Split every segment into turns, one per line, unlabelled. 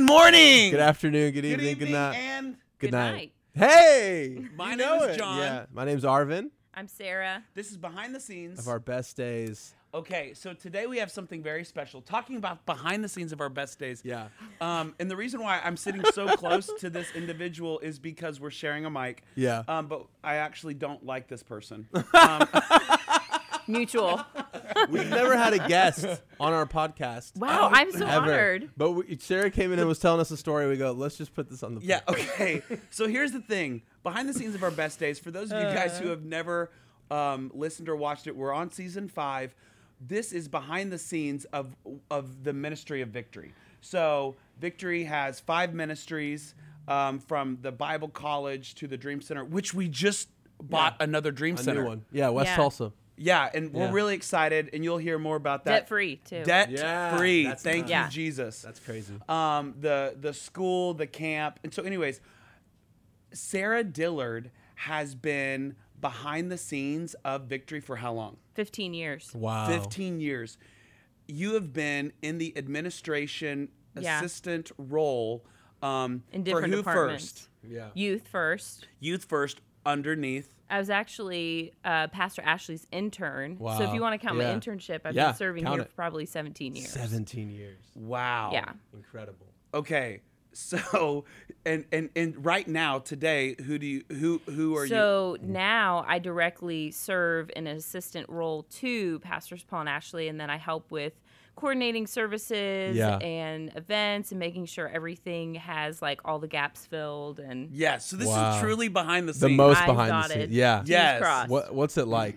morning.
Good afternoon, good evening, good, night.
and
Good,
Good
night. Hey!
My
you
name
know
is
it.
John.
Yeah, my name's Arvin.
I'm Sarah.
this is behind the scenes
Of our best days.
Okay, so today we have something very special, talking about behind the scenes of our best days.
Yeah.
Um, and the reason why I'm sitting so close to this individual is because we're sharing a mic.
Yeah.
Um, but I actually don't like this person.
Mutual.
We've never had a guest on our podcast.
Wow, I'm so
Ever.
honored.
But we, Sarah came in and was telling us a story. We go, let's just put this on the
yeah, okay. So here's the thing behind the scenes of our best days, for those of you guys
Uh.
who have never um, listened or watched it, we're on season five. This is behind the scenes of, of the ministry of victory. So victory has five ministries um, from the Bible College to the Dream Center, which we just bought another Dream
a
Center.
new one. Yeah, West
Yeah.
Tulsa.
Yeah, and we're
Yeah.
really excited, and you'll hear more about that.
Debt free, too.
Debt
Yeah,
free.
that's
Thank
nice.
you,
Yeah.
Jesus.
That's crazy.
um, the the school, the camp, and so, anyways, Sarah Dillard has been behind the scenes of Victory for how long?
15 years.
Wow.
15 years. You have been in the administration
Yeah.
assistant role um,
In different
for who
departments.
first?
Yeah.
Youth first.
Youth first, underneath.
I was actually uh, Pastor Ashley's intern. So
Wow.
if you want to count
Yeah.
my internship, I've
Yeah,
been serving
count
here
it.
for probably 17 years.
17 years.
Wow.
Yeah.
Incredible.
Okay. So, and and and right now today, who do you who who are you?
So now I directly serve in an assistant role to Pastors Paul and Ashley, and then I help with coordinating services
Yeah.
and events and making sure everything has like all the gaps filled and
Yes. So this
Wow.
is truly behind the scenes.
The most
I've
behind
got
the scenes.
it.
Yeah.
Fingers
Yes.
crossed.
What, what's it like?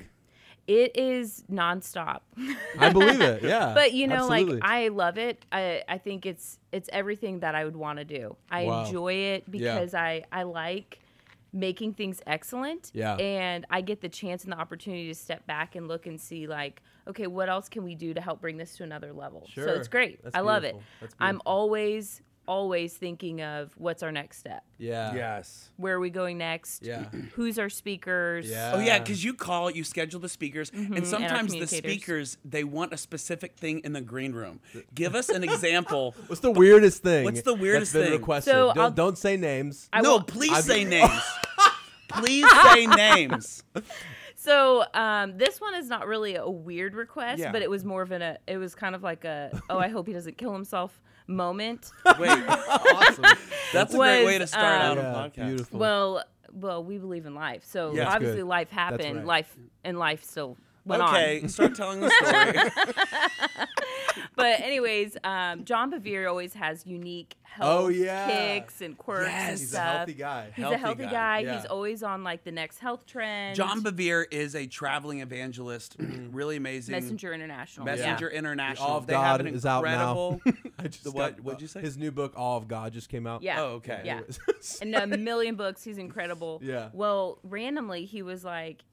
It is nonstop.
I believe it. Yeah.
but you know
Absolutely.
like i love it i i think it's it's everything that i would want to do i
Wow.
enjoy it
Yeah.
because i i like making things excellent
Yeah.
and i get the chance and the opportunity to step back and look and see like okay what else can we do to help bring this to another level so
Sure.
it's great
That's
i love it
beautiful. That's
i'm
beautiful.
always always thinking of what's our next step
Yeah.
Yes.
where are we going next
Yeah.
who's our speakers
Yeah.
Oh yeah,
Uh,
Ah.
because you call, you schedule the speakers, and sometimes the
Mm-hmm, communicators.
speakers they want a specific thing in the green room. Give us an example.
What's the weirdest thing?
What's the weirdest
that's been
thing?
requested?
So I'll-
don't, don't say names.
I
no,
will-
please
I've-
say names. please say names.
So um, this one is not really a weird request,
Yeah.
but it was more of an a, it was kind of like a oh I hope he doesn't kill himself moment.
Wait,
awesome.
that's a great
Was,
way to start
um,
out a podcast.
beautiful.
well, well we believe in life, so
Yeah. That's
obviously
good.
life happened,
right.
life and life still went
okay,
on.
start telling the story.
But anyways, um, John Bevere always has unique health
Oh, yeah.
kicks and quirks and
Yes.
stuff.
He's
He's a healthy guy.
He's a healthy guy. He's always on like the next health trend.
John Bevere is a traveling evangelist, really amazing.
Messenger International.
Messenger
Yeah.
International.
All of
they have
God
an
is out now.
incredible.
I just
The what-
got-
what'd you say?
His new book, All of God, just came out.
Yeah.
Oh, okay.
Yeah.
Anyways.
in a million books. He's incredible.
Yeah.
Well, randomly he was like,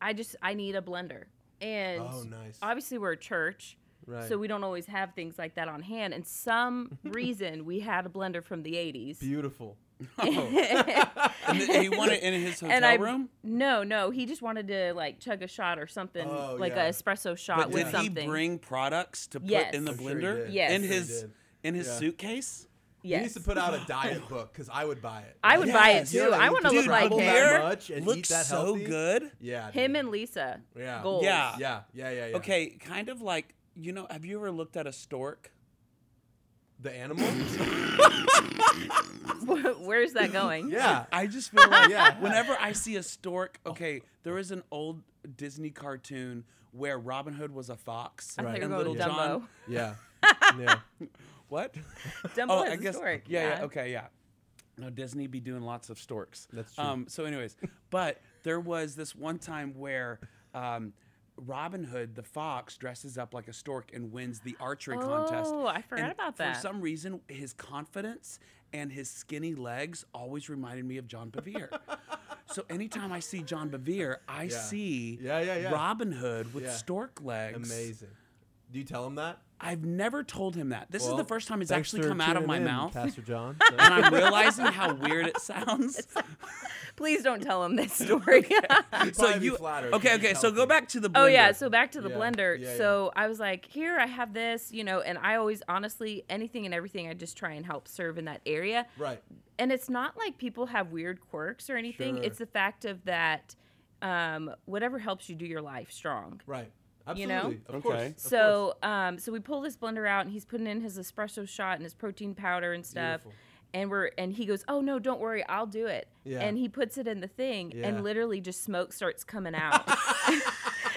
I just I need a blender. And
Oh, nice.
obviously we're a church.
Right.
So we don't always have things like that on hand. And some reason we had a blender from the eighties.
Beautiful.
Oh. and th- he won it in his hotel
and I
room.
no, no, he just wanted to like chug a shot or something,
Oh,
like
yeah.
an espresso shot
But
with
did
something.
he bring products to put
Yes.
in the
I'm
sure he
blender?
did.
Yes.
In
I'm sure
he
his
did.
in his
Yeah.
suitcase?
He
yes.
needs to put out a diet book because I would buy it.
I would buy it
Yes.
too.
Yeah,
I want to
Dude,
look like
Bevere
him.
much and eat
looks
that
so
healthy.
good.
Yeah.
Him
dude.
and Lisa.
Yeah.
Goals.
Yeah.
Yeah. Yeah. Yeah. Yeah.
Okay, kind of like you know. Have you ever looked at a stork?
The animal.
Where's that going?
yeah.
I just feel like
Yeah.
whenever I see a stork, okay, there is an old Disney cartoon where Robin Hood was a fox
I thought you were
and
going
Little
with
John.
Dumbo.
Yeah. Yeah.
What?
Dumbo
oh,
is
I
a
guess.
stork.
Yeah, yeah, Okay. Yeah. No, Disney be doing lots of storks.
That's true.
Um, so, anyways, but there was this one time where um, Robin Hood, the fox, dresses up like a stork and wins the archery contest.
Oh, I forgot
And
about that.
For some reason, his confidence and his skinny legs always reminded me of John Bevere. so, anytime I see John Bevere, I see
Yeah, yeah, yeah.
Robin Hood with
Yeah.
stork legs.
Amazing. Do you tell him that?
I've never told him that. This is the
Well,
first time it's
thanks
actually
for
come out of
tuning
my
in,
mouth,
Pastor John.
and I'm realizing how weird it sounds.
Please don't tell him this story.
so
Probably be
you
flattered if
okay?
you
Okay,
tell
so go
him.
back to the. Blender.
Oh yeah, so back to the
Yeah,
blender.
yeah, yeah.
so I was like, here I have this, you know, and I always honestly anything and everything I just try and help serve in that area.
right.
And it's not like people have weird quirks or anything.
Sure.
It's the fact of that um, whatever helps you do your life strong.
Right. Absolutely.
You know?
Of course.
Okay.
of course.
So, um, so we pull this blender out, and he's putting in his espresso shot and his protein powder and stuff.
Beautiful.
And we're and he goes, "Oh no, don't worry, I'll do it."
Yeah.
And he puts it in the thing,
Yeah.
and literally just smoke starts coming out.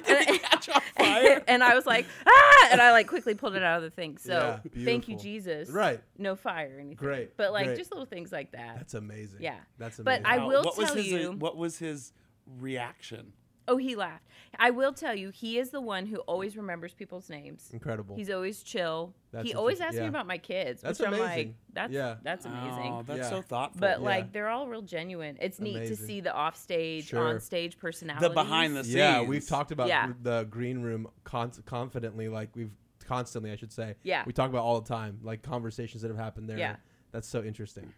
Did it catch on fire?
and I was like, ah, and I like quickly pulled it out of the thing. So
Yeah,
thank you,
beautiful.
Jesus.
Right.
No fire or anything.
Great,
But like
great.
just little things like that.
That's amazing.
Yeah.
That's
But
amazing.
I will
what was
tell
his, uh,
you-
What was his reaction?
oh, he laughed. I will tell you, he is the one who always remembers people's names.
Incredible.
He's always chill.
That's
he always
interesting.
asks me
Yeah.
about my kids,
That's
which I'm like,
amazing.
that's
Yeah.
that's amazing.
Oh, that's
Yeah.
so thoughtful.
but
Yeah.
like they're all real genuine. It's neat to
Amazing.
see the off stage,
Sure.
on stage personality.
the behind the scenes.
yeah, we've talked about
Yeah.
gr- the green room con- confidently, like we've constantly, I should say.
Yeah.
We talk about all the time, like conversations that have happened there.
Yeah.
That's so interesting.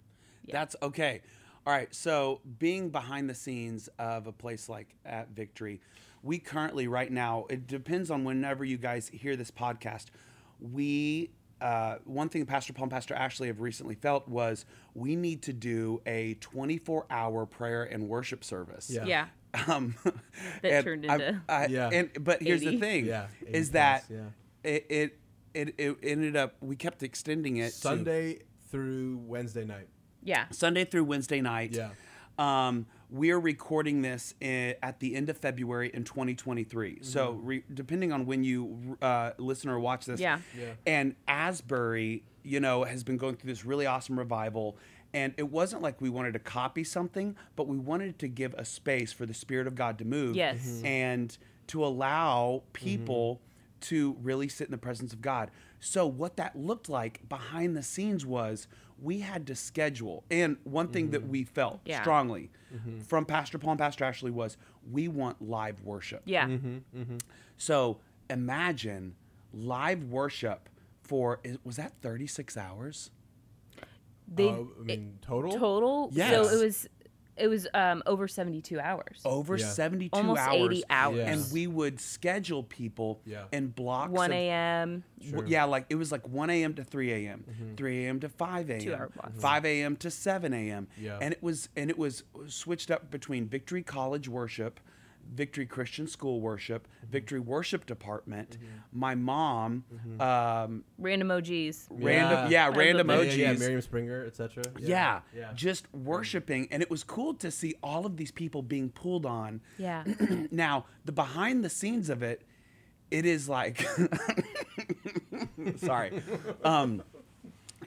That's okay. All right. So being behind the scenes of a place like at Victory, we currently right now it depends on whenever you guys hear this podcast. We uh, one thing Pastor Paul and Pastor Ashley have recently felt was we need to do a 24 hour prayer and worship service.
Yeah.
Yeah.
Um,
That
and
turned
I-
into-
I-
Yeah.
And but here's the
80.
thing.
Yeah, 80
Is that
plus,
it, it it it ended up we kept extending it to-
Sunday through Wednesday night.
Yeah.
Sunday through Wednesday night.
Yeah.
Um, we're recording this i at the end of February in 2023. So re- depending on when you uh, listen or watch this.
Yeah.
Yeah.
And Asbury, you know, has been going through this really awesome revival. And it wasn't like we wanted to copy something, but we wanted to give a space for the Spirit of God to move.
Yes. Mhm.
And to allow people
Mm-hmm.
to really sit in the presence of God. So, what that looked like behind the scenes was we had to schedule. And one thing that we felt
Mm-hmm. Yeah. Mm-hmm.
strongly from Pastor Paul and Pastor Ashley was we want live worship.
Yeah.
Mm-hmm.
So imagine live worship for is- was that 36 hours?
They
Uh, I mean, total?
total.
Yes. Oh,
So it was it was um over 72 hours.
Over
Yeah.
72
Almost
hours.
80 hours.
Yeah.
And we would schedule people
Yeah.
in blocks
1
of-
a.m.
w- Yeah, like it was like 1 a.m. to 3 a.m.,
Mm-hmm.
3 a.m. to 5 a.m.,
hour blocks.
5 a.m. to 7 a.m.
Yeah.
And it was and it was switched up between Victory College worship, Victory Christian School worship,
Mm-hmm.
Victory Worship Department. My mom, um,
Random emojis.
random, yeah,
Mm-hmm. Yeah.
random
Yeah,
Yeah,
emojis.
yeah, yeah, Miriam Springer, etc.
yeah,
Yeah.
just worshiping and it was cool to see all of these people being pulled on
Yeah.
now the behind the scenes of it it is like sorry um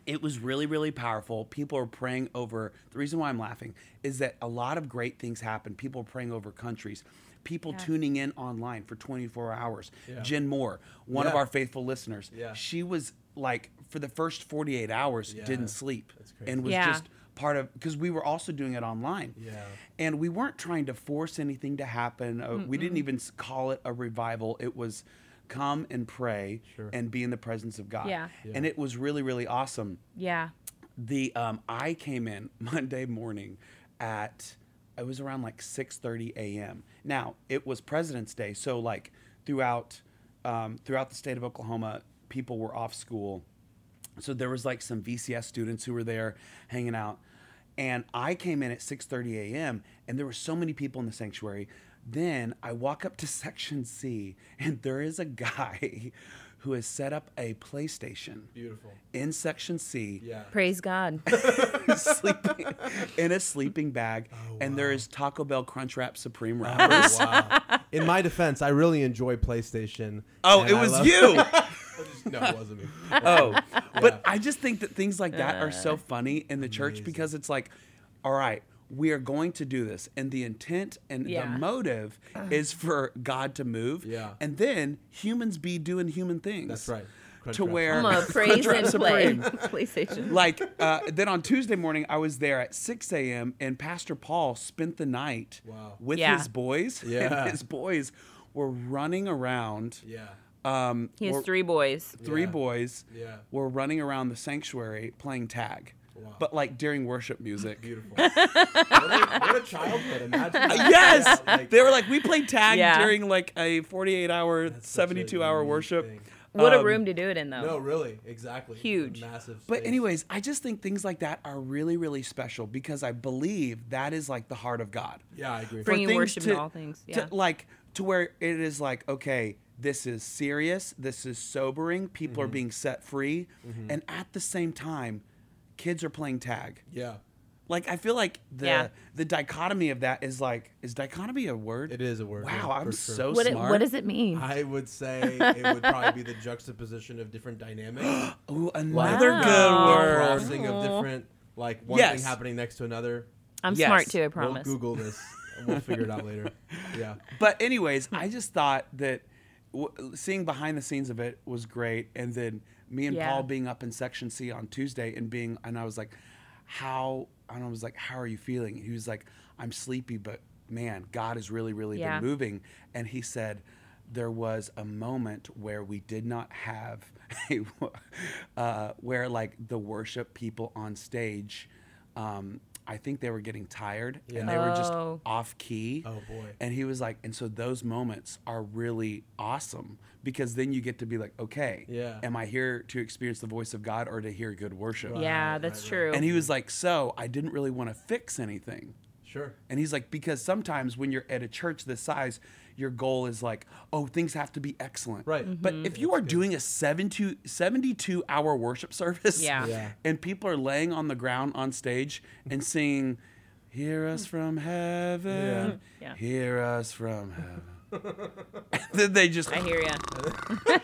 it was really really powerful people are praying over the reason why i'm laughing is that a lot of great things happen people are praying over countries people
Yeah.
tuning in online for 24 hours
Yeah.
jen moore one of
Yeah.
our faithful listeners
Yeah.
she was like for the first 48 hours
Yeah.
didn't sleep
That's crazy.
and was
Yeah.
just part of because we were also doing it online
Yeah.
and we weren't trying to force anything to happen uh, we didn't even s- call it a revival it was come and pray
Sure.
and be in the presence of god
Yeah.
and it was really really awesome
Yeah.
the um, i came in monday morning at it was around like 6.30 a.m now it was president's day so like throughout um, throughout the state of oklahoma people were off school so there was like some vcs students who were there hanging out and i came in at 6.30 a.m and there were so many people in the sanctuary then i walk up to section c and there is a guy who has set up a playstation
Beautiful.
in section c
Yeah.
Praise God.
sleeping in a sleeping bag, and there is Taco Bell Crunch Wrap Supreme Wrap.
Oh, wow. In my defense, I really enjoy PlayStation.
Oh,
and
it
I
was
love-
you.
no, it wasn't me.
oh, but I just think that things like that are so funny in the church because it's like, all right, we are going to do this, and the intent and
Yeah.
the motive is for God to move,
Yeah.
and then humans be doing human things.
That's right. Crunch
to
Wrap
where
I'm a
Crunch
praise
Wrap
and play
Supreme.
PlayStation.
like uh, then on Tuesday morning, I was there at 6 a.m. and Pastor Paul spent the night
Wow.
with
Yeah.
his boys,
Yeah.
and his boys were running around
Yeah.
Um,
He has
we're-
three boys.
three
Yeah.
boys
Yeah.
were running around the sanctuary playing tag,
Wow.
but like during worship music.
Beautiful. what, a, what a childhood. Imagine. that.
yes,
Yeah, like,
they were like we played tag
Yeah.
during like a 48 hour,
that's such a
72 hour
unique
worship.
thing.
What
Um,
a room to do it in, though.
No, really, exactly.
Huge.
massive.
But
space.
anyways, I just think things like that are really really special because I believe that is like the heart of God.
yeah, I agree.
for
Bringing
things
worship
to,
in all things,
to,
yeah.
like to where it is like, okay, this is serious. This is sobering. People
Mm-hmm.
are being set free, and at the same time, kids are playing tag.
yeah,
Like I feel like the
Yeah.
the dichotomy of that is like, is dichotomy a word?
it is a word. yeah,
Wow, I'm
for sure.
so
what, it,
smart.
what does it mean?
Uh,
I would say it would probably be the juxtaposition of different dynamics,
Ooh, another
Wow.
good
the
word.
crossing of different, like one
Yes.
thing happening next to another.
I'm
Yes.
smart too, I
We'll
promise.
Google this. and We'll figure it out later. Yeah.
But anyways, I just thought that w- seeing behind the scenes of it was great, and then me and
Yeah.
Paul being up in section C on Tuesday and being, and I was like, how? And I was like, how are you feeling? He was like, I'm sleepy, but man, God has really, really
Yeah.
been moving. And he said. There was a moment where we did not have a, wo- uh, where like the worship people on stage, um, I think they were getting tired and they were just
Oh.
off key.
Oh, boy.
And he was like, and so those moments are really awesome because then you get to be like, okay,
Yeah.
am I here to experience the voice of God or to hear good worship?
Right.
yeah,
Right,
that's
right,
true.
And he was like, so I didn't really want to fix anything.
Sure.
And he's like, because sometimes when you're at a church this size, your goal is like, oh, things have to be excellent.
Right.
But
Mm-hmm.
if you are doing a 72, 72 hour worship service
Yeah.
Yeah.
and people are laying on the ground on stage and singing, Hear us from heaven,
Yeah. Yeah.
hear us from heaven. then they just,
I hear you.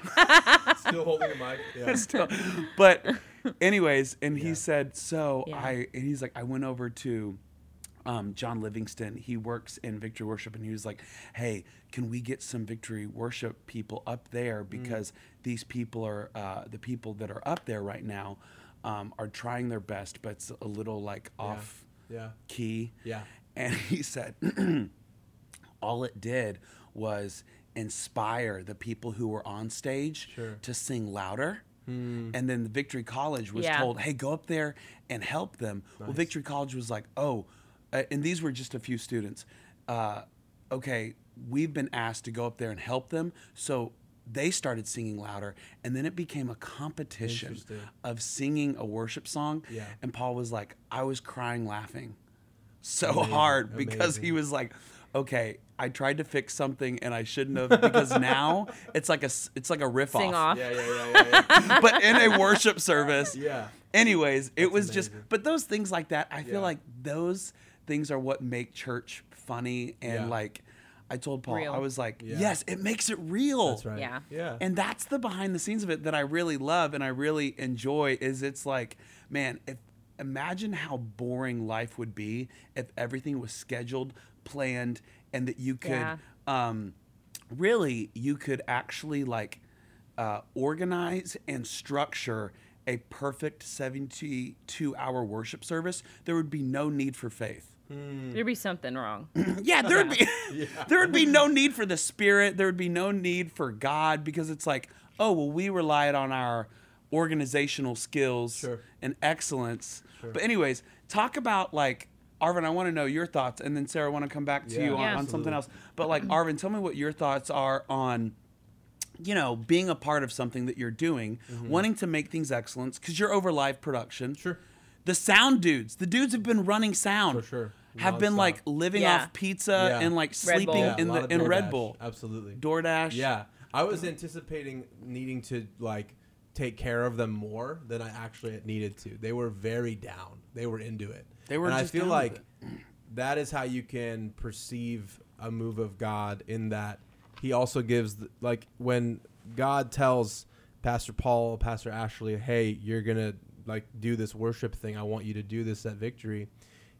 Still holding the mic. Yeah.
still. But, anyways, and he
Yeah.
said, so
Yeah.
I, and he's like, I went over to um, John Livingston. He works in Victory Worship, and he was like, hey, can we get some Victory Worship people up there
Mm.
because these people are uh, the people that are up there right now um, are trying their best, but it's a little like off
Yeah.
key.
Yeah.
And he said, all it did was inspire the people who were on stage
Sure. Hmm.
to sing louder. And then the Victory College was
Yeah.
told, hey, go up there and help them. Well, Victory College was like, oh, uh, and these were just a few students. Uh, okay, we've been asked to go up there and help them. So they started singing louder. And then it became a competition
Interesting.
of singing a worship song.
Yeah.
And Paul was like, I was crying laughing so hard because he
amazing.
was like, okay, I tried to fix something and I shouldn't have because now it's like a s- it's like a riff
Sing
off,
off.
Yeah. Yeah. Yeah. Yeah. Yeah.
but in a worship service.
yeah.
Anyways, it was
amazing.
just but those things like that, I
Yeah.
feel like those things are what make church funny and
Yeah.
like I told Paul,
Real.
I was like,
Yeah.
yes, it makes it real.
That's right.
Yeah.
Yeah.
And that's the behind the scenes of it that I really love and I really enjoy is it's like, man, if imagine how boring life would be if everything was scheduled, planned, and that you could
Yeah.
um really you could actually like uh, organize and structure a perfect 72 hour worship service there would be no need for faith
Mm.
There'd be something wrong.
yeah, there would be there would be no need for the spirit. There would be no need for God because it's like, oh well, we relied on our organizational skills
Sure.
and excellence. But anyways, talk about like Arvin. I want to know your thoughts, and then Sarah, I want to come back to
Yeah,
you on,
Yeah.
on something else. But like Arvin, tell me what your thoughts are on. You know, being a part of something that you're doing, wanting to make things excellence, because you're over live production.
Mm-hmm. Sure.
The sound dudes, the dudes have been running sound.
For sure.
Have been
Nonstop.
like living
Yeah.
off pizza
Yeah.
and like
Red Bull.
sleeping
Yeah, a
in
lot
the
of
in Red
DoorDash,
Bull,
Absolutely.
DoorDash.
Yeah, I was anticipating needing to like take care of them more than I actually needed to. They were very down. They were into it.
They were
And I
just
feel
down with
like that is how you can perceive a move of God in that He also gives the, like when God tells Pastor Paul, Pastor Ashley, "Hey, you're gonna like do this worship thing. I want you to do this at Victory."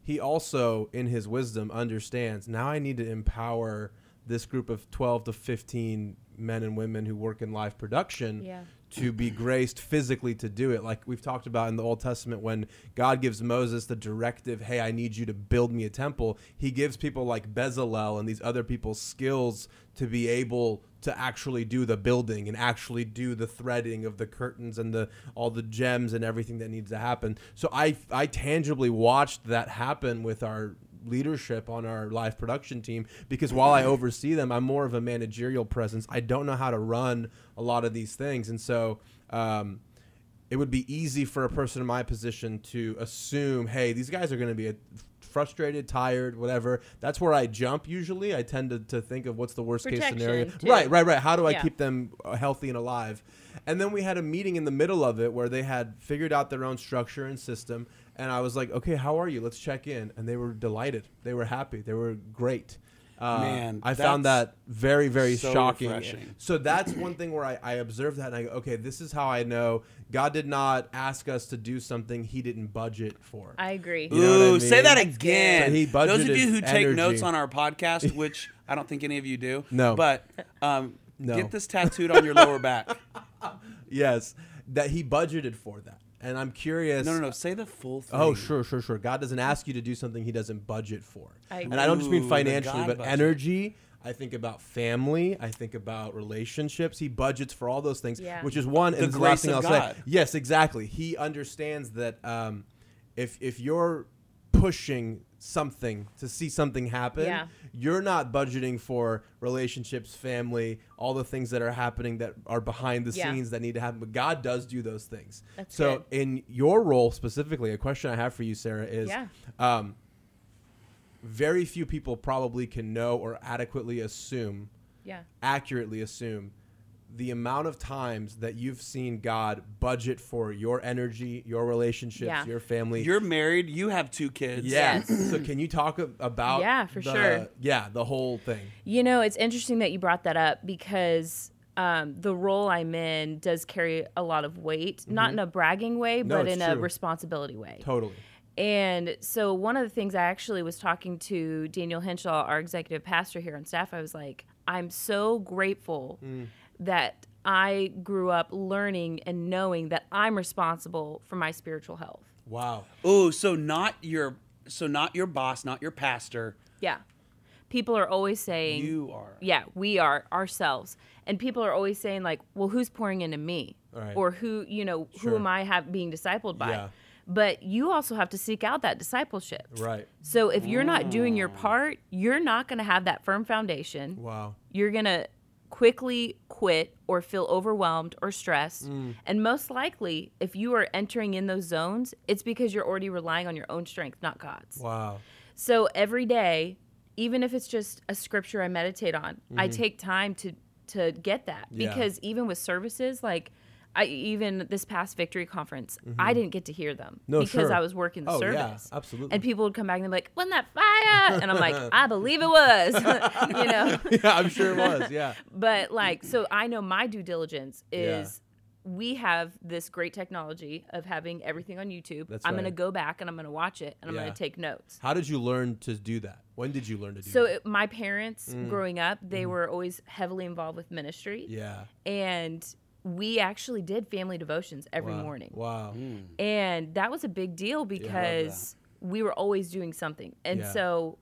He also, in His wisdom, understands now I need to empower this group of 12 to 15 men and women who work in live production
Yeah.
to be graced physically to do it. Like we've talked about in the Old Testament, when God gives Moses the directive, hey, I need you to build me a temple, he gives people like Bezalel and these other people skills to be able to actually do the building and actually do the threading of the curtains and the all the gems and everything that needs to happen. So I I tangibly watched that happen with our leadership on our live production team because while I oversee them, I'm more of a managerial presence. I don't know how to run a lot of these things, and so um, it would be easy for a person in my position to assume, hey, these guys are going to be a frustrated tired whatever that's where i jump usually i tend to, to think of what's the worst
Protection,
case scenario
too.
right right right how do i
Yeah.
keep them uh, healthy and alive and then we had a meeting in the middle of it where they had figured out their own structure and system and i was like okay how are you let's check in and they were delighted they were happy they were great uh,
Man,
i found
that's
that very very
so
shocking
refreshing.
so that's one thing where I, I observed that and I go, okay, this is how I know God did not ask us to do something he didn't budget for.
I agree.
You know what I
Ooh, say
mean?
that
So
again.
he
Those of
budgeted
you who take
energy.
notes on our podcast, which I don't think any of you do,
No.
but um,
No.
get this tattooed on your lower back.
yes, that he budgeted for that. And I'm curious.
No, no, no. Say the full thing.
Oh, sure, sure, sure. God doesn't ask you to do something he doesn't budget for.
I
and I don't just
Ooh,
mean
the
financially,
God
but
budget.
energy. I think about family. I think about relationships. He budgets for all those things,
Yeah.
which is one. And
The
this is the last
grace
thing I'll
of God.
say. Yes, exactly. He understands that um, if if you're pushing something to see something happen,
Yeah.
you're not budgeting for relationships, family, all the things that are happening that are behind the
Yeah.
scenes that need to happen. But God does do those things.
That's
so
good.
in your role specifically, a question I have for you, Sarah, is
Yeah.
um, very few people probably can know or adequately assume,
Yeah.
accurately assume, the amount of times that you've seen God budget for your energy, your relationships,
Yeah.
your family.
You're married. You have two kids.
yes. so can you talk a- about?
Yeah, for
the-
sure.
Yeah, the whole thing.
You know, it's interesting that you brought that up because um, the role I'm in does carry a lot of weight, not in a bragging way,
Mm-hmm. No,
but
it's
in a
true.
responsibility way.
Totally.
And so, one of the things I actually was talking to Daniel Henshaw, our executive pastor here on staff, I was like, I'm so grateful
Mm.
that I grew up learning and knowing that I'm responsible for my spiritual health.
Wow.
Oh, so not your, so not your boss, not your pastor.
Yeah. People are always saying,
You are.
yeah, we are ourselves. And people are always saying, like, well, who's pouring into me?
Right.
Or who, you know, who
Sure.
am I have being discipled by?
Yeah.
But you also have to seek out that discipleship.
Right.
So if you're not doing your part, you're not going to have that firm foundation.
Wow.
You're going to quickly quit or feel overwhelmed or stressed.
Mm.
And most likely, if you are entering in those zones, it's because you're already relying on your own strength, not God's.
Wow.
So every day, even if it's just a scripture I meditate on, I take time to to get that
Mm-hmm. Yeah.
because even with services like I even this past victory conference, I didn't get to hear them
Mm-hmm. No,
because
sure.
I was working the
Oh, yeah,
service.
absolutely.
And people would come back and they'd be like, "Wasn't that fire?" And I'm like, "I believe it was." you know.
yeah, I'm sure it was. Yeah.
But like, so I know my due diligence
Yeah.
is we have this great technology of having everything on YouTube.
That's
I'm going to
right.
go back and I'm going to watch it and I'm
Yeah.
going to take notes.
How did you learn to do that? When did you learn to do
So
that?
it, my parents
Mm.
growing up, they
Mm-hmm.
were always heavily involved with ministry,
yeah.
and we actually did family devotions every
Wow.
morning,
Wow.
and that was a big deal because we were always doing something, and
Yeah.
so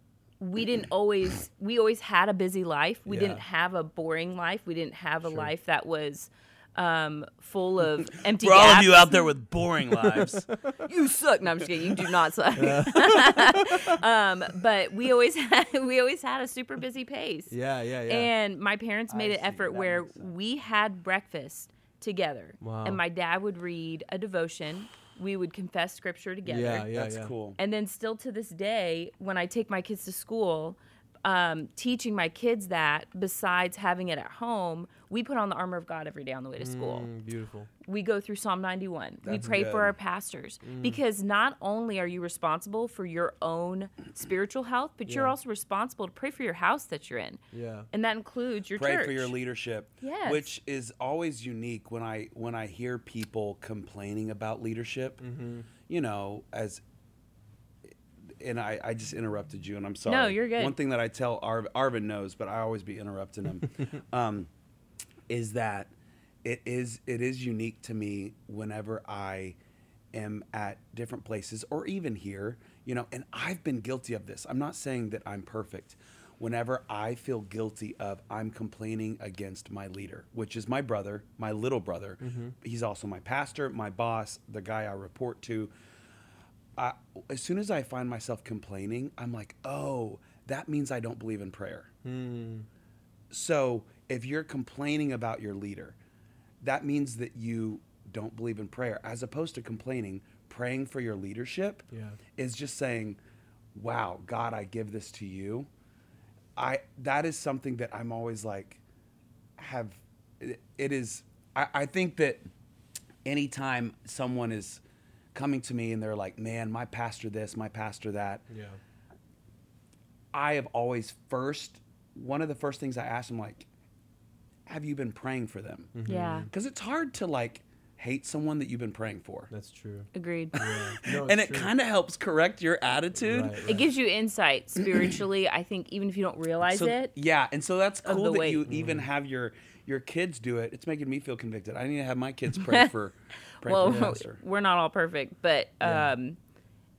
we didn't always we always had a busy life. We didn't
Yeah.
have a boring life. We didn't have a life that was um, full of empty.
For all of you
gaps.
out there with boring lives,
you suck. No, I'm just kidding. You do not suck. um, but we always had, we always had a super busy pace.
Yeah, yeah, yeah.
And my parents made
I
an
see.
effort
That
where
makes sense.
we had breakfast together.
Wow.
And my dad would read a devotion. We would confess scripture together.
yeah, yeah,
that's
yeah.
cool.
And then, still to this day, when I take my kids to school, um, teaching my kids that, besides having it at home, we put on the armor of God every day on the way to school
Mm, beautiful.
we go through Psalm 91.
That's
we pray
good. Mm.
for our pastors because not only are you responsible for your own spiritual health, but you're
Yeah.
also responsible to pray for your house that you're in.
Yeah.
And that includes your
Pray
church.
for your leadership.
Yes.
Which is always unique when I when I hear people complaining about leadership. You know, as and I, I just interrupted you, and I'm sorry.
you're good.
One thing that I tell Arv, Arvin knows, but I always be interrupting him, um, is that it is it is unique to me whenever I am at different places or even here, you know. And I've been guilty of this. I'm not saying that I'm perfect. Whenever I feel guilty of I'm complaining against my leader, which is my brother, my little brother.
Mm-hmm.
He's also my pastor, my boss, the guy I report to. I, as soon as I find myself complaining, I'm like, oh, that means I don't believe in prayer. So if you're complaining about your leader, that means that you don't believe in prayer. As opposed to complaining, praying for your leadership
Yeah.
is just saying, wow, God, I give this to you. I that is something that I'm always like have it, it is I, I think that anytime someone is coming to me and they're like, man, my pastor this, my pastor that,
Yeah.
I have always first one of the first things I ask them like, have you been praying for them?
Mm-hmm.
Yeah.
Because it's hard to like hate someone that you've been praying for,
That's true.
Agreed.
Yeah. No,
and
it's
it kind of helps correct your attitude.
Right, right.
It gives you insight spiritually, I think, even if you don't realize
So-
it.
Yeah, and so that's
Of
cool
the Mm.
that you
weight.
even have your your kids do it. It's making me feel convicted. I need to have my kids pray for pray
well,
for pastor.
we're not all perfect, but um,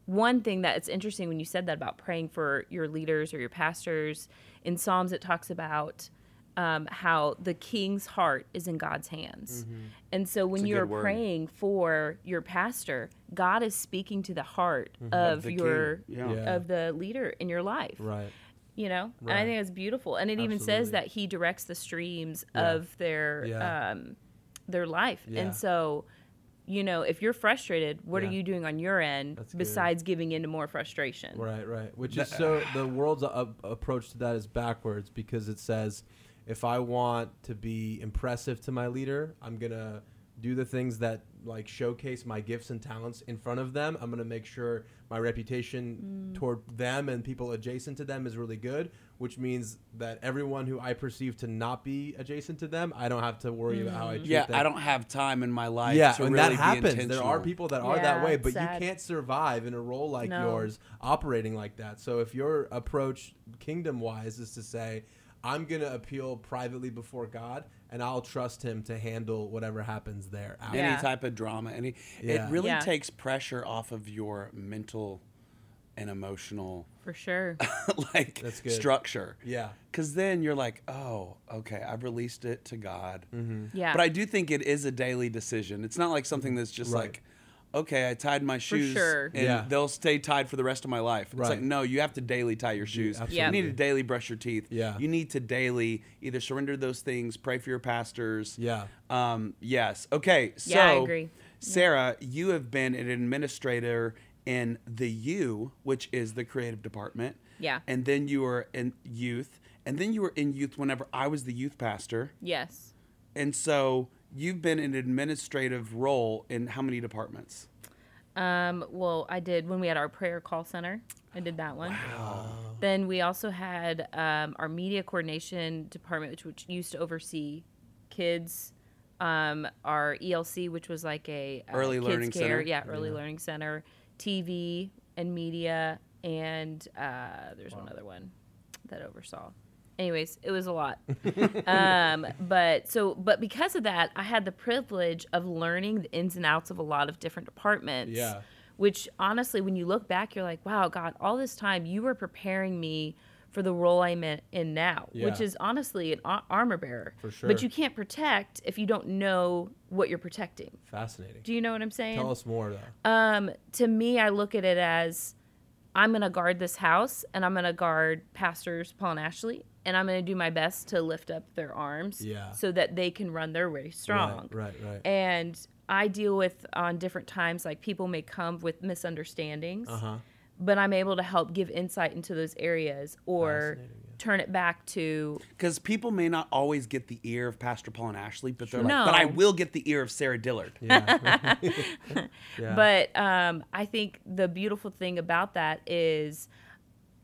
one thing that's interesting when you said that about praying for your leaders or your pastors in Psalms, it talks about um, how the king's heart is in God's hands, and so when
Mm-hmm. a
you're
good word.
praying for your pastor, God is speaking to the heart
Mm-hmm. Of
of,
the
your
king, yeah.
Yeah.
of the leader in your life,
Right.
you know and i
Right.
think it's beautiful and it even says
Absolutely.
that he directs the streams
Yeah.
of their
Yeah.
um their life
Yeah.
and so you know if you're frustrated what
Yeah.
are you doing on your end
That's good.
besides giving into more frustration
Right, right. Which is so the world's a, approach to that is backwards because it says, if I want to be impressive to my leader, I'm gonna do the things that like showcase my gifts and talents in front of them. I'm gonna make sure my reputation toward them and people adjacent to them is really good, which means that everyone who I perceive to not be adjacent to them, I don't have to worry about how I treat
Yeah,
them.
I don't have time in my life.
Yeah,
to
and
really
that
be
happens. There are
intentional.
people that are
Yeah,
that way,
it's
but
sad.
you can't survive in a role like
No.
yours operating like that. So if your approach kingdom wise is to say, I'm going to appeal privately before God and I'll trust him to handle whatever happens there. after."
Yeah.
any type of drama any
Yeah.
it really
Yeah.
takes pressure off of your mental and emotional
for sure
like
That's good.
structure
Yeah.
because then you're like oh okay i've released it to god
Mm-hmm.
yeah
but i do think it is a daily decision it's not like something that's just
Right.
like okay i tied my shoes
sure.
and
Yeah.
they'll stay tied for the rest of my life it's like
Right.
no you have to daily tie your shoes you
absolutely.
need to daily brush your teeth
Yeah.
you need to daily either surrender those things pray for your pastors
Yeah.
um, yes. Okay. So,
Yeah, I agree.
Sarah, you have been an administrator in the U, which is the creative department.
Yeah.
And then you were in youth, and then you were in youth whenever I was the youth pastor,
yes
and so you've been in an administrative role in how many departments?
um well i did when we had our prayer call center i did that one then we also had um, our media coordination department which, which used to oversee kids um, our elc which was like a uh,
Early
kids
Learning
care
Center?
yeah early learning center tv and media and uh, there's one other one that oversaw anyways it was a lot um, but so but because of that i had the privilege of learning the ins and outs of a lot of different departments
Yeah.
which honestly when you look back you're like wow god all this time you were preparing me for the role i'm in, in now which
Yeah.
is honestly an a- armor bearer
For
but
sure.
you can't protect if you don't know what you're protecting
Fascinating.
do you know what i'm saying
Tell us more, though.
um, to me, I look at it as I'm going to guard this house and I'm going to guard pastors Paul and Ashley, and I'm going to do my best to lift up their arms
Yeah.
so that they can run their race strong.
Right, right, right.
And I deal with on different times, like people may come with misunderstandings,
Uh huh.
but I'm able to help give insight into those areas or
Fascinating, yeah.
turn it back to
Because people may not always get the ear of Pastor Paul and Ashley, but they're
Sure.
like, but I
No.
will get the ear of Sarah Dillard.
Yeah. yeah.
But um, I think the beautiful thing about that is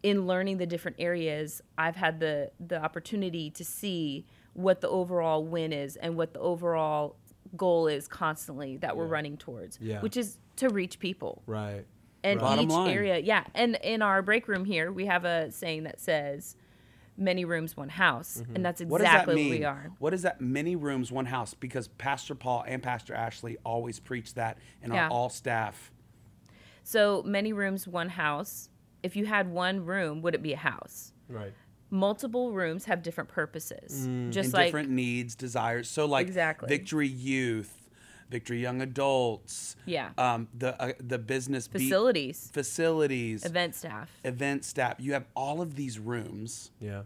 in learning the different areas, I've had the, the opportunity to see what the overall win is and what the overall goal is constantly that we're running towards,
Yeah.
which is to reach people.
Right.
and
Right. Bottom
each
line.
area yeah and in our break room here we have a saying that says many rooms one house
Mm-hmm.
and that's
What
exactly
does that mean?
what we are
What is that? Many rooms, one house. Because Pastor Paul and Pastor Ashley always preach that, and
Yeah.
our all staff.
so many rooms one house if you had one room would it be a house
Right.
multiple rooms have different purposes just
and
like
different needs, desires. So like
Exactly.
Victory Youth, Victory Young Adults.
Yeah.
Um, the uh, the business beat-
facilities
facilities,
event staff
event staff. You have all of these rooms.
Yeah.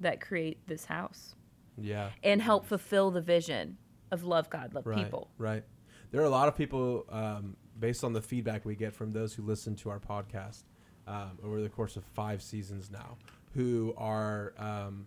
that create this house
Yeah.
and help fulfill the vision of love god love
Right.
people
Right. There are a lot of people, um, based on the feedback we get from those who listen to our podcast um, over the course of five seasons now, who are. Um,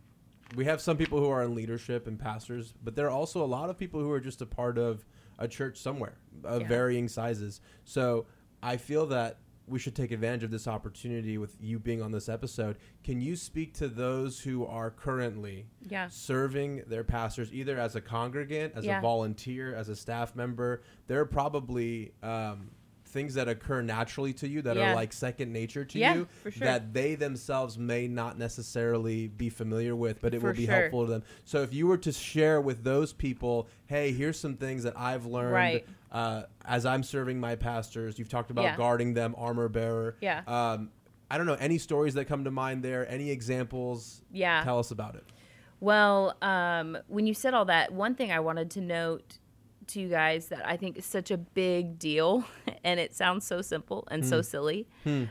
we have some people who are in leadership and pastors, but there are also a lot of people who are just a part of a church somewhere of
Yeah.
varying sizes. So I feel that we should take advantage of this opportunity with you being on this episode. Can you speak to those who are currently
Yeah.
serving their pastors either as a congregant, as a
Yeah.
volunteer, as a staff member. There are probably um, things that occur naturally to you that are
Yeah.
like second nature to
Yeah,
you
for sure.
that they themselves may not necessarily be familiar with, but it will
For
be
sure.
helpful to them. So if you were to share with those people, hey, here's some things that I've learned.
Right.
Uh, as I'm serving my pastors, you've talked about
Yeah.
guarding them, armor bearer.
Yeah.
Um, I don't know any stories that come to mind there. Any examples?
Yeah.
Tell us about it.
Well, um, when you said all that, one thing I wanted to note to you guys that I think is such a big deal, and it sounds so simple and so silly,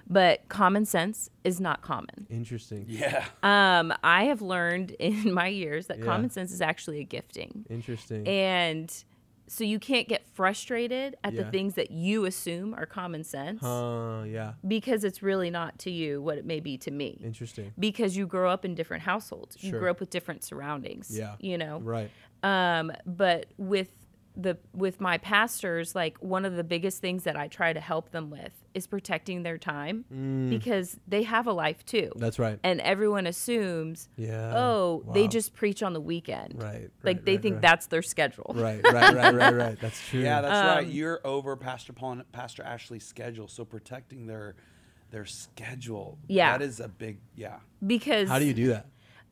but common sense is not common.
Interesting.
Yeah.
Um, I have learned in my years that
Yeah.
common sense is actually a gifting.
Interesting.
And so you can't get frustrated at
Yeah.
the things that you assume are common sense
uh, yeah.
because it's really not to you what it may be to me.
Interesting.
because you grow up in different households.
Sure.
You grow up with different surroundings.
Yeah.
You know?
Right.
um but with the with my pastors like one of the biggest things that i try to help them with is protecting their time because they have a life too
Mm. That's right.
and everyone assumes
Yeah.
oh they
Wow.
just preach on the weekend
Right,
like
right,
they
right,
think
right.
that's their schedule
right, right, right, right, right. That's true.
Um,
Yeah, that's right. You're over Pastor Paul and Pastor Ashley's schedule, so protecting their their schedule.
Yeah.
That is a big yeah.
because
How do you do that?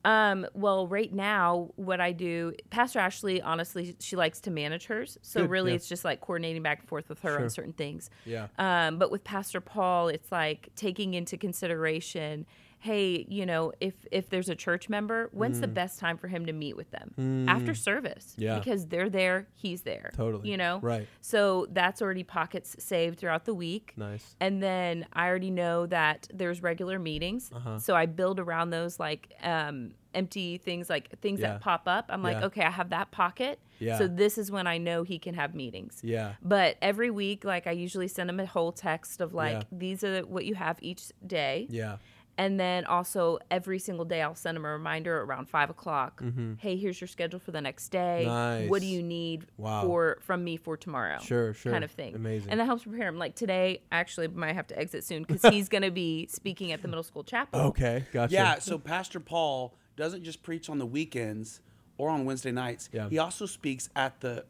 um well right now what i do pastor ashley honestly she likes to manage hers so
Good,
really
yeah.
it's just like coordinating back and forth with her
Sure.
on certain things
Yeah.
Um, but with Pastor Paul, it's like taking into consideration, hey, you know, if if there's a church member, when's the best time for him to meet with them after service?
Mm. Yeah.
because they're there, he's there.
Totally.
you know,
Right.
So that's already pockets saved throughout the week.
Nice.
And then I already know that there's regular meetings,
Uh-huh.
so I build around those like um, empty things, like things
Yeah.
that pop up. I'm like,
Yeah.
okay, I have that pocket,
Yeah.
so this is when I know he can have meetings.
Yeah.
But every week, like I usually send them a whole text of like
Yeah.
these are what you have each day,
Yeah.
and then also every single day I'll send them a reminder around five o'clock. Hey, here's your schedule for the next day. What do
Mm-hmm. Nice.
you need
Wow.
for from me for tomorrow?
Sure, sure.
Kind of thing.
Amazing.
And that helps prepare him. Like today, actually, might have to exit soon because he's going to be speaking at the middle school chapel.
Okay. Gotcha.
Yeah, so Pastor Paul doesn't just preach on the weekends or on Wednesday nights.
Yeah.
He also speaks at the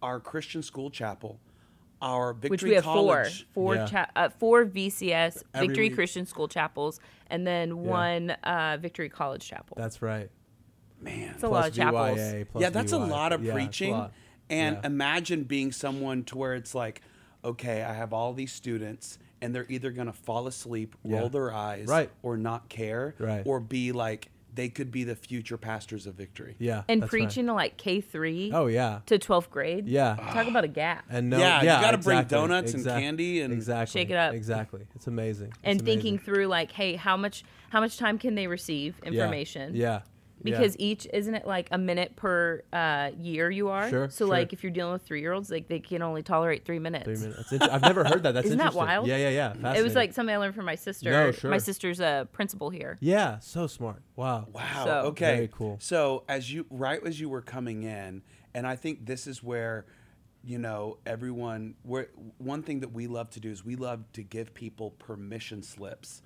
our Christian school chapel, our Victory
Which we have
College.
four, four,
Yeah.
cha- uh, four VCS
Every
Victory
week.
Christian School chapels, and then one uh, Victory College chapel.
That's right.
Man.
It's a lot of chapels.
VYA, plus
yeah, that's a
VY.
lot of
Yeah, it's a
preaching.
lot.
And
Yeah.
imagine being someone to where it's like, okay, I have all these students and they're either going to fall asleep,
Yeah.
roll their eyes,
Right.
or not care,
Right.
or be like, they could be the future pastors of victory.
yeah.
and
that's right.
preaching to like K three.
Oh yeah.
to twelfth grade.
Yeah.
talk about a gap. And,
And no.
Ah. Yeah,
Yeah.
you gotta bring
exactly,
donuts and
exact-
candy and-
exactly.
Shake it up.
Exactly. It's amazing. It's
thinking
amazing.
through like, hey, how much how much time can they receive
Yeah,
information?
Yeah. yeah,
Because each isn't it like a minute per uh, year you are.
Sure,
So
sure.
like if you're dealing with three year olds, like they can only tolerate three minutes.
Three minutes. That's inter- I've never heard that. That's
Isn't that
interesting.
wild?
Yeah. Yeah. Yeah.
It was
Fascinating.
like something I learned from my sister.
No, sure.
My sister's a principal here.
Yeah. So smart. Wow.
Wow.
So-
okay.
Very cool.
So as you right as you were coming in, and I think this is where, you know, everyone. Where one thing that we love to do is we love to give people permission slips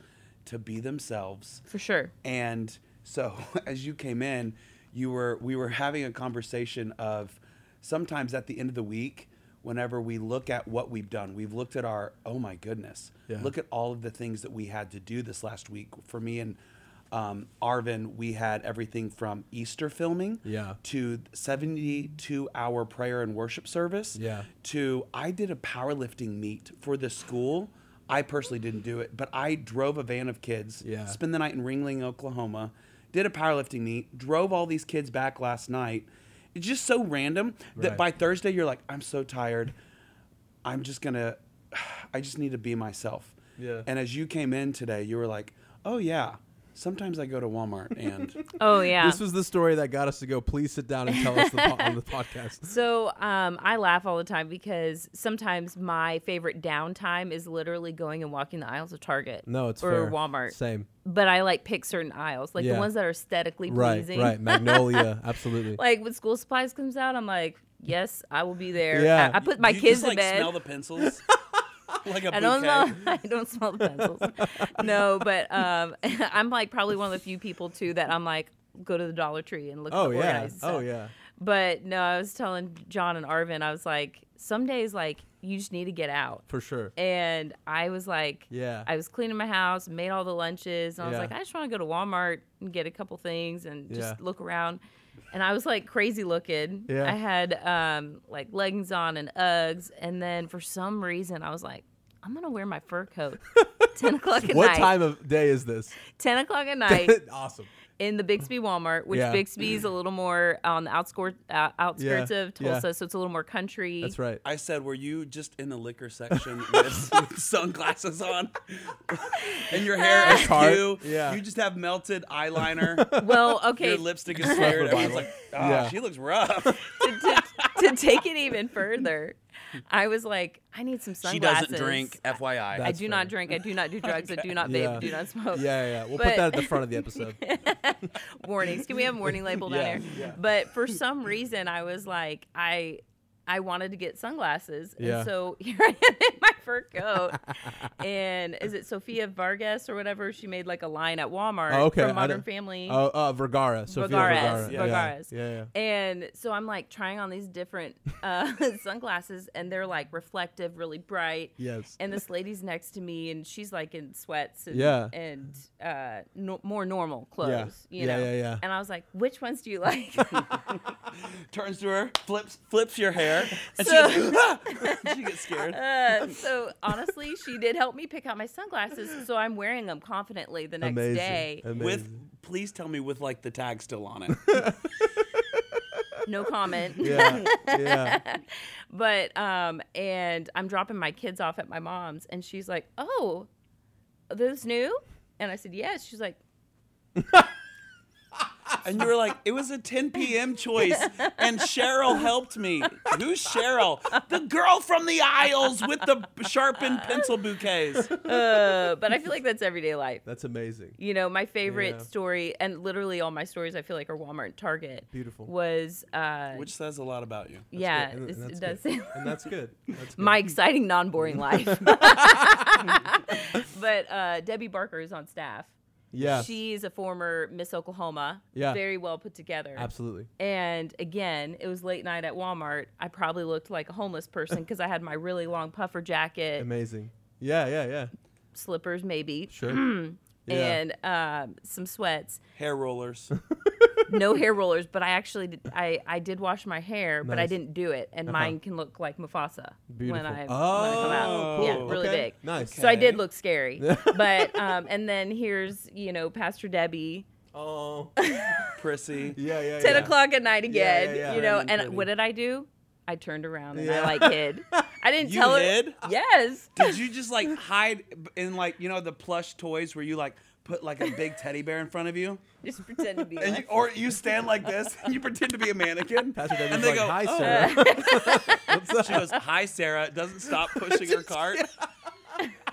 to be themselves.
For sure.
And so as you came in, you were we were having a conversation of sometimes at the end of the week whenever we look at what we've done. We've looked at our, oh my goodness,
Yeah.
look at all of the things that we had to do this last week. For me and um, Arvin, we had everything from Easter filming
Yeah.
to 72 hour prayer and worship service
Yeah.
to I did a powerlifting meet for the school. I personally didn't do it, but I drove a van of kids,
Yeah.
spent the night in Ringling, Oklahoma, did a powerlifting meet, drove all these kids back last night. It's just so random that
Right.
by Thursday you're like, I'm so tired. I'm just gonna I just need to be myself.
Yeah.
And as you came in today, you were like, Oh yeah. Sometimes I go to Walmart and
Oh yeah.
This was the story that got us to go. Please sit down and tell us the po- on the podcast.
So um, I laugh all the time because sometimes my favorite downtime is literally going and walking the aisles of Target.
No, it's
or
fair.
Walmart.
Same.
But I like pick certain aisles, like
Yeah.
the ones that are aesthetically
Right.
pleasing.
Right. Magnolia. absolutely.
Like when school supplies comes out, I'm like, yes, I will be there.
Yeah.
I, I put my
you just,
kids to
like,
bed.
Smell the pencils. like a
I
bouquet.
don't know. I don't smell the pencils. no, but um, I'm like probably one of the few people too that I'm like go to the Dollar Tree and look. at
oh
the
yeah.
organized
Oh
stuff.
yeah.
But no, I was telling John and Arvin, I was like, some days like you just need to get out.
For sure.
And I was like,
Yeah.
I was cleaning my house, made all the lunches, and I was
Yeah.
like, I just want to go to Walmart and get a couple things and just
Yeah.
look around. And I was like crazy looking.
Yeah.
I had um, like leggings on and Uggs, and then for some reason I was like, I'm gonna wear my fur coat. Ten o'clock at
What
night.
time of day is this?
Ten o'clock at night
awesome.
in the Bixby Walmart, which
Yeah.
Bixby's a little more on the outskirts uh, outskirts
Yeah,
of
yeah.
Tulsa, so it's a little more country.
That's right.
I said, were you just in the liquor section with sunglasses on and your hair is
cart,
you?
yeah.
You just have melted eyeliner.
Well, okay.
Your lipstick is smeared. Everyone's like, oh,
Yeah.
she looks rough.
to, to- to take it even further, I was like, I need some
She
sunglasses.
doesn't drink, FYI.
I
That's
do not
fair.
drink. I do not do drugs. I do not vape. I
Yeah.
Do not
Yeah.
smoke.
Yeah. We'll put
But-
that at the front of the episode.
Warnings. Can we have a warning label down
Yeah,
here?
yeah.
But for some reason, I was like, I. I wanted to get sunglasses,
Yeah.
and so here I am in my fur coat. and is it Sophia Vargas or whatever? She made like a line at Walmart
Oh, okay. I
from Modern
don't-
Family.
Oh, uh, Vergara. Sophia
Vergara's,
Vergara. Yeah.
Vergara's.
Yeah. yeah.
And so I'm like trying on these different uh, sunglasses, and they're like reflective, really bright.
Yes.
And this lady's next to me, and she's like in sweats and,
Yeah.
and uh, no, more normal clothes,
Yeah,
you know.
yeah, yeah.
And I was like, "Which ones do you like?"
Turns to her, flips flips your hair, and
So-
she, goes, ah! she gets scared.
uh, so honestly, she did help me pick out my sunglasses, so I'm wearing them confidently the next
Amazing.
day.
Amazing.
With, please tell me with like the tag still on it.
No comment.
yeah. Yeah.
But um, and I'm dropping my kids off at my mom's, and she's like, "Oh, are those new?" And I said, "Yes." She's like,
And you were like, it was a 10 p.m. choice, and Cheryl helped me. Who's Cheryl? The girl from the aisles with the sharpened pencil bouquets.
uh, "But I feel like that's everyday life."
That's amazing.
You know, my favorite
Yeah.
story, and literally all my stories, I feel like are Walmart and Target.
Beautiful.
Was uh,
Which says a lot about you.
That's
yeah,
good. And-
it's-
and
it
that's
does.
good. And that's good. That's good.
my exciting, non-boring life. but uh, Debbie Barker is on staff.
yeah.
She's a former Miss Oklahoma.
Yeah.
Very well put together.
Absolutely.
And again, it was late night at Walmart. I probably looked like a homeless person because I had my really long puffer jacket,
Amazing. Yeah. Yeah. Yeah.
slippers maybe,
Sure. yeah.
Mm. and um, some sweats.
Hair rollers.
no hair rollers, but I actually did, I I did wash my hair, but I
Nice. Uh-huh.
didn't do it, and mine can look like Mufasa
Beautiful.
when I when I
oh,
come out.
cool.
Yeah, really
Okay.
big.
Nice.
So I did
Okay.
look scary, but um, and then here's you know Pastor Debbie,
Oh.
Prissy.
Yeah. Yeah.
ten
yeah.
o'clock at night
yeah,
again,
yeah.
you know.
Turning,
And
turning.
what did I do? I turned around and
Yeah.
I like hid. I didn't
You
tell
hid?
her. Yes.
Did you just like hide in like, you know, the plush toys where you like put like a big teddy bear in front of you?
Just pretend to be.
And you, or you stand like this and you pretend to be a mannequin.
Pastor Debbie's
and they
like,
go,
"Hi,
"Oh."
Sarah."
She goes, Hi, Sarah. Doesn't stop pushing her cart.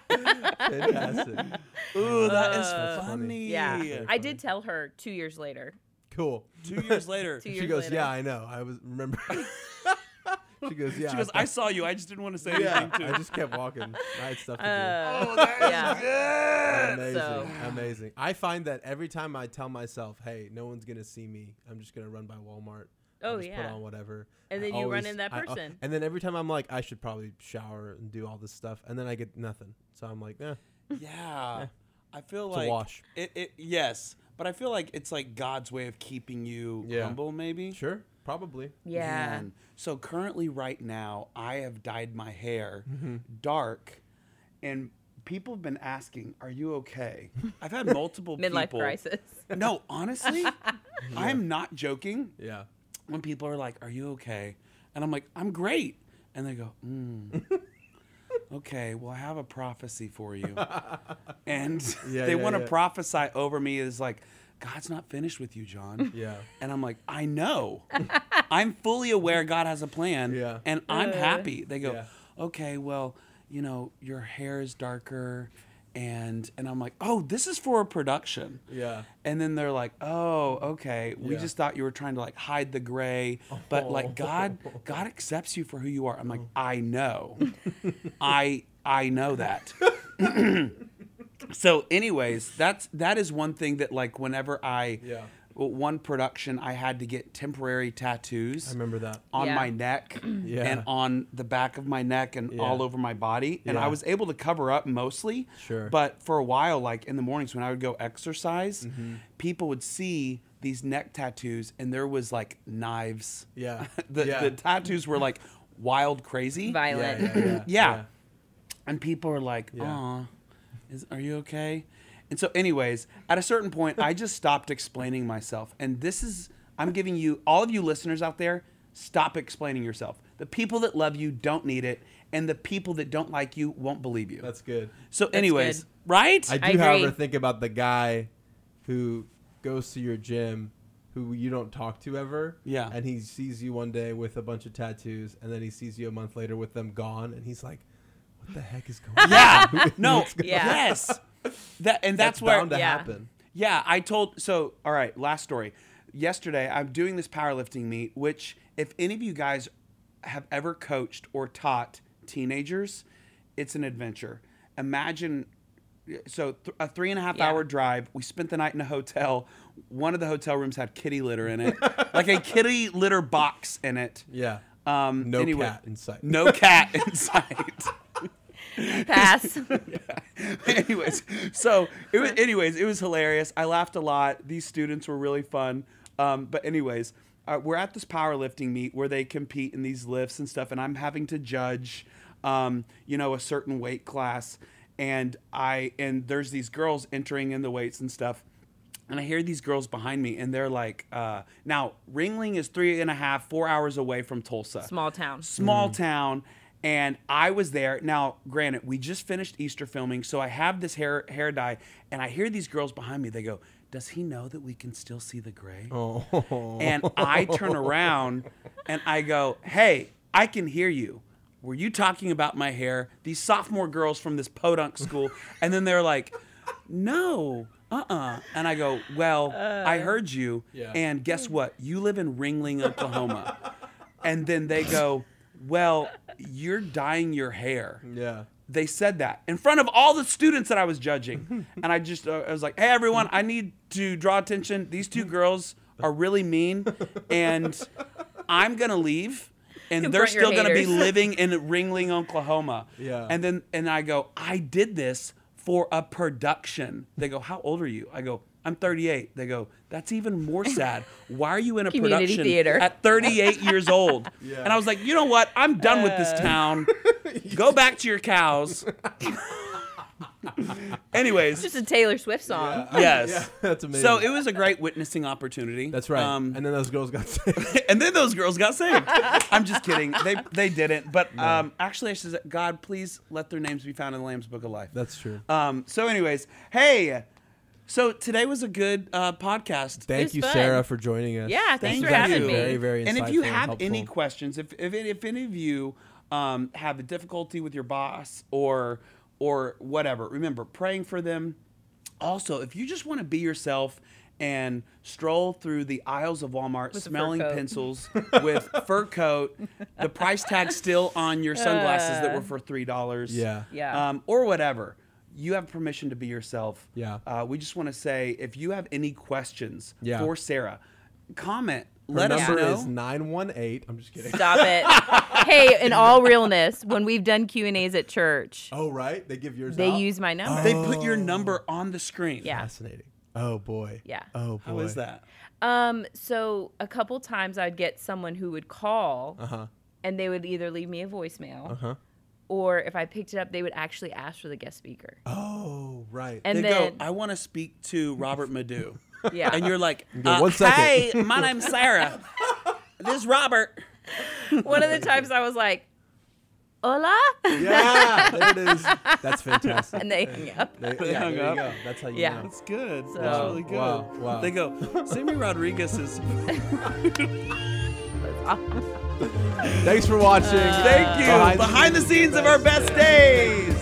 Fantastic.
Ooh, that is
That's Uh, funny.
funny.
yeah, I
funny.
did tell her two years later.
Cool.
Two years later.
Two
she
years
She goes,
later.
yeah, I know. I was remember. she goes, yeah.
goes, I saw you. I just didn't want to say
yeah.
anything to
I just kept walking. I had stuff to
Uh,
Oh, that is
Yeah.
good.
do. Amazing,
so-
amazing. I find that every time I tell myself, "Hey, no one's gonna see me. I'm just gonna run by Walmart. I'll
Oh,
just put
yeah.
on whatever.
And then
I
you run into that
I al-
person.
and then every time I'm like, I should probably shower and do all this stuff, and then I get nothing. So I'm like, eh.
Yeah. I feel
a
like
wash.
It, it yes, but I feel like it's like God's way of keeping you
Yeah.
humble maybe.
sure, probably.
Yeah.
Man. So currently right now I have dyed my hair
Mm-hmm.
dark and people have been asking, "Are you okay?" I've had multiple
Midlife
people
crisis.
No, honestly, I'm not joking.
Yeah.
When people are like, "Are you okay?" and I'm like, "I'm great." And they go, mm. "Okay, well I have a prophecy for you." and
Yeah,
they
yeah,
want to
yeah.
prophesy over me is like, "God's not finished with you, John."
Yeah.
And I'm like, "I know. I'm fully aware God has a plan."
Yeah.
And I'm happy. They go,
Yeah.
"Okay, well, you know, your hair is darker." And and I'm like, "Oh, this is for a production."
Yeah.
And then they're like, "Oh, okay. We
Yeah. Oh.
just thought you were trying to like hide the gray, but like God, God accepts you for who you are." I'm like, "I know, I I know that." so, anyways, that's that is one thing that like whenever I,
Yeah.
w- one production I had to get temporary tattoos
I remember that.
on
Yeah.
my neck
Yeah.
and on the back of my neck and all over my body. And I
Yeah.
was able to cover up mostly.
Sure.
But for a while, like in the mornings when I would go exercise,
Mm-hmm.
people would see these neck tattoos and there was like knives.
Yeah.
the,
yeah.
the tattoos were like wild crazy.
Violent.
Yeah. Yeah. yeah,
Yeah.
yeah.
And people are like,
Yeah.
"Aw, is, are you okay?" And so, anyways, at a certain point, I just stopped explaining myself. And this is, I'm giving you, all of you listeners out there, stop explaining yourself. The people that love you don't need it, and the people that don't like you won't believe you.
That's good.
so, anyways,
good.
right?
I do,
agree.
however, think about the guy who goes to your gym who you don't talk to ever.
Yeah.
And he sees you one day with a bunch of tattoos, and then he sees you a month later with them gone, and he's like, what the heck is going on?
yeah. No.
Yeah.
Yes. That and that's,
That's
where
bound to
Yeah.
happen.
Yeah, I told. So, all right, last story. Yesterday, I'm doing this powerlifting meet, which, if any of you guys have ever coached or taught teenagers, it's an adventure. Imagine so th- a three and a half
Yeah.
hour drive. We spent the night in a hotel. One of the hotel rooms had kitty litter in it, like a kitty litter box in it.
Yeah.
Um,
no
anyway,
cat in sight.
No cat in sight
Pass.
anyways, so it was. Anyways, it was hilarious. I laughed a lot. These students were really fun. Um, but anyways, uh, we're at this powerlifting meet where they compete in these lifts and stuff, and I'm having to judge, um, you know, a certain weight class, and I and there's these girls entering in the weights and stuff. And I hear these girls behind me, and they're like, uh, "Now, Ringling is three and a half, four hours away from Tulsa
Small town.
small town and i was there now granted we just finished easter filming so i have this hair hair dye and i hear these girls behind me they go does he know that we can still see the gray
Oh.
and i turn around and i go hey i can hear you were you talking about my hair these sophomore girls from this podunk school and then they're like no uh-uh and i go well i heard you
Yeah.
and guess what you live in ringling oklahoma and then they go, "Well, you're dyeing your hair."
Yeah.
They said that in front of all the students that I was judging, and I just uh, I was like, "Hey, everyone, I need to draw attention. These two girls are really mean, and I'm gonna leave." And they're
Confront your
still going to be
haters.
living in Ringling, Oklahoma.
Yeah.
And then and I go, I did this for a production. They go, How old are you? I go, I'm 38. They go, That's even more sad. Why are you in a
Community
production
theater.
at 38 years old.
Yeah.
And I was like, you know what? I'm done with this town. Go back to your cows. Anyways,
Just a Taylor Swift song.
Yeah.
yes.
Yeah, that's amazing.
so it was a great witnessing opportunity.
That's right.
Um,
and then those girls got saved.
and then those girls got saved. I'm just kidding. They they didn't. But um, actually, I should say, God, please let their names be found in the Lamb's Book of Life.
That's true.
um, so, anyways, hey. So today was a good uh, podcast.
Thank
was
you,
fun.
Sarah, for joining us.
Yeah,
This
thanks
Thank
for
was
you.
having
actually
me.
Very, very
And if you
insightful
have any
helpful.
questions, if, if if any of you um, have difficulty with your boss or or whatever, remember praying for them. Also, if you just want to be yourself and stroll through the aisles of Walmart
With a fur
smelling
coat.
pencils with fur coat, the price tag still on your sunglasses that were for three dollars,
Yeah.
Uh. Yeah.
um, or whatever. You have permission to be yourself.
Yeah.
Uh, we just want to say if you have any questions
Yeah.
for Sarah, comment
Her
Let us
number
know.
is nine one eight. I'm just kidding.
Stop it. hey, in all realness, when we've done Q and A's at church,
Oh right, they give yours.
they
out?
use my number.
They put your number on the screen.
Yeah.
fascinating. Oh boy.
Yeah.
Oh boy.
How is that?
Um, so a couple times I'd get someone who would call,
Uh-huh.
and they would either leave me a voicemail, or if I picked it up, they would actually ask for the guest speaker.
Oh right.
And
they
then,
go, I want to speak to Robert Madu.
yeah,
And you're like,
go,
uh,
"One second."
hey, my name's Sarah. this is Robert.
one of the times I was like, "Hola,"
yeah, there it is. That's fantastic.
and they hung up.
They-
They
yeah,
hung
there
up.
you go. That's how you
Yeah.
know.
That's good. That's
So-
really good.
Wow, wow.
They go, Sammy Rodriguez is.
Thanks for watching.
Uh,
Oh, Thank you. Behind the scenes of our best days.